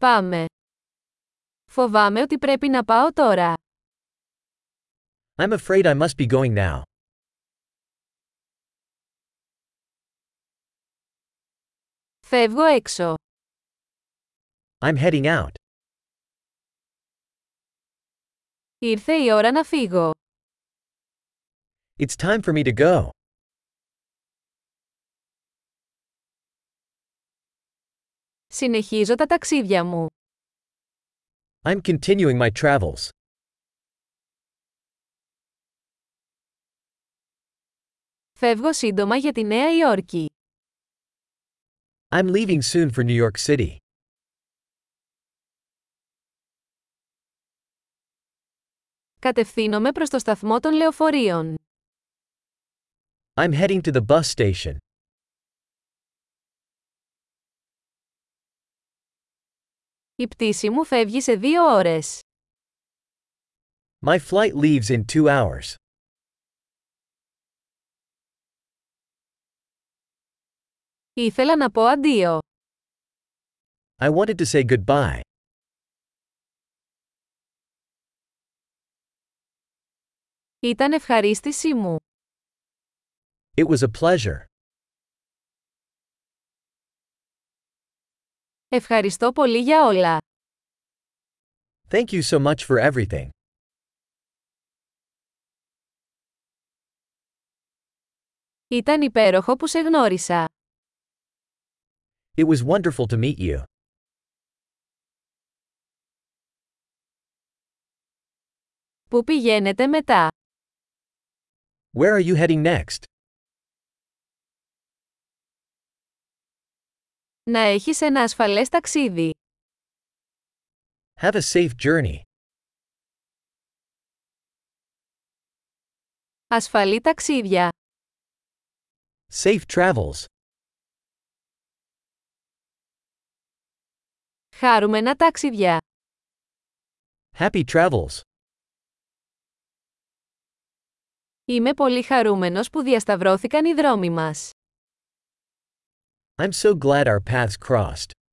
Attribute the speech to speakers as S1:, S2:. S1: Πάμε. Φοβάμαι ότι πρέπει να πάω τώρα.
S2: I'm afraid I must be going now.
S1: Φεύγω έξω.
S2: I'm heading out.
S1: Ήρθε η ώρα να φύγω.
S2: It's time for me to go.
S1: Συνεχίζω τα ταξίδια μου.
S2: I'm continuing my travels.
S1: Φεύγω σύντομα για τη Νέα Υόρκη.
S2: I'm leaving soon for New York City.
S1: Κατευθύνομαι προς το σταθμό των λεωφορείων.
S2: I'm heading to the bus station.
S1: Η πτήση μου φεύγει σε δύο ώρες.
S2: My flight leaves in two hours.
S1: Ήθελα να πω αντίο.
S2: I wanted to say goodbye.
S1: Ήταν ευχαρίστησή μου.
S2: It was a pleasure.
S1: Ευχαριστώ πολύ για όλα.
S2: Thank you so much for everything.
S1: Ήταν υπέροχο που σε γνώρισα.
S2: It was wonderful to meet you.
S1: Πού πηγαίνετε μετά.
S2: Where are you heading next?
S1: Να έχεις ένα ασφαλές ταξίδι.
S2: Have a safe journey.
S1: Ασφαλή ταξίδια.
S2: Safe travels.
S1: Χάρουμενα ταξίδια.
S2: Happy travels.
S1: Είμαι πολύ χαρούμενος που διασταυρώθηκαν οι δρόμοι μας.
S2: I'm so glad our paths crossed.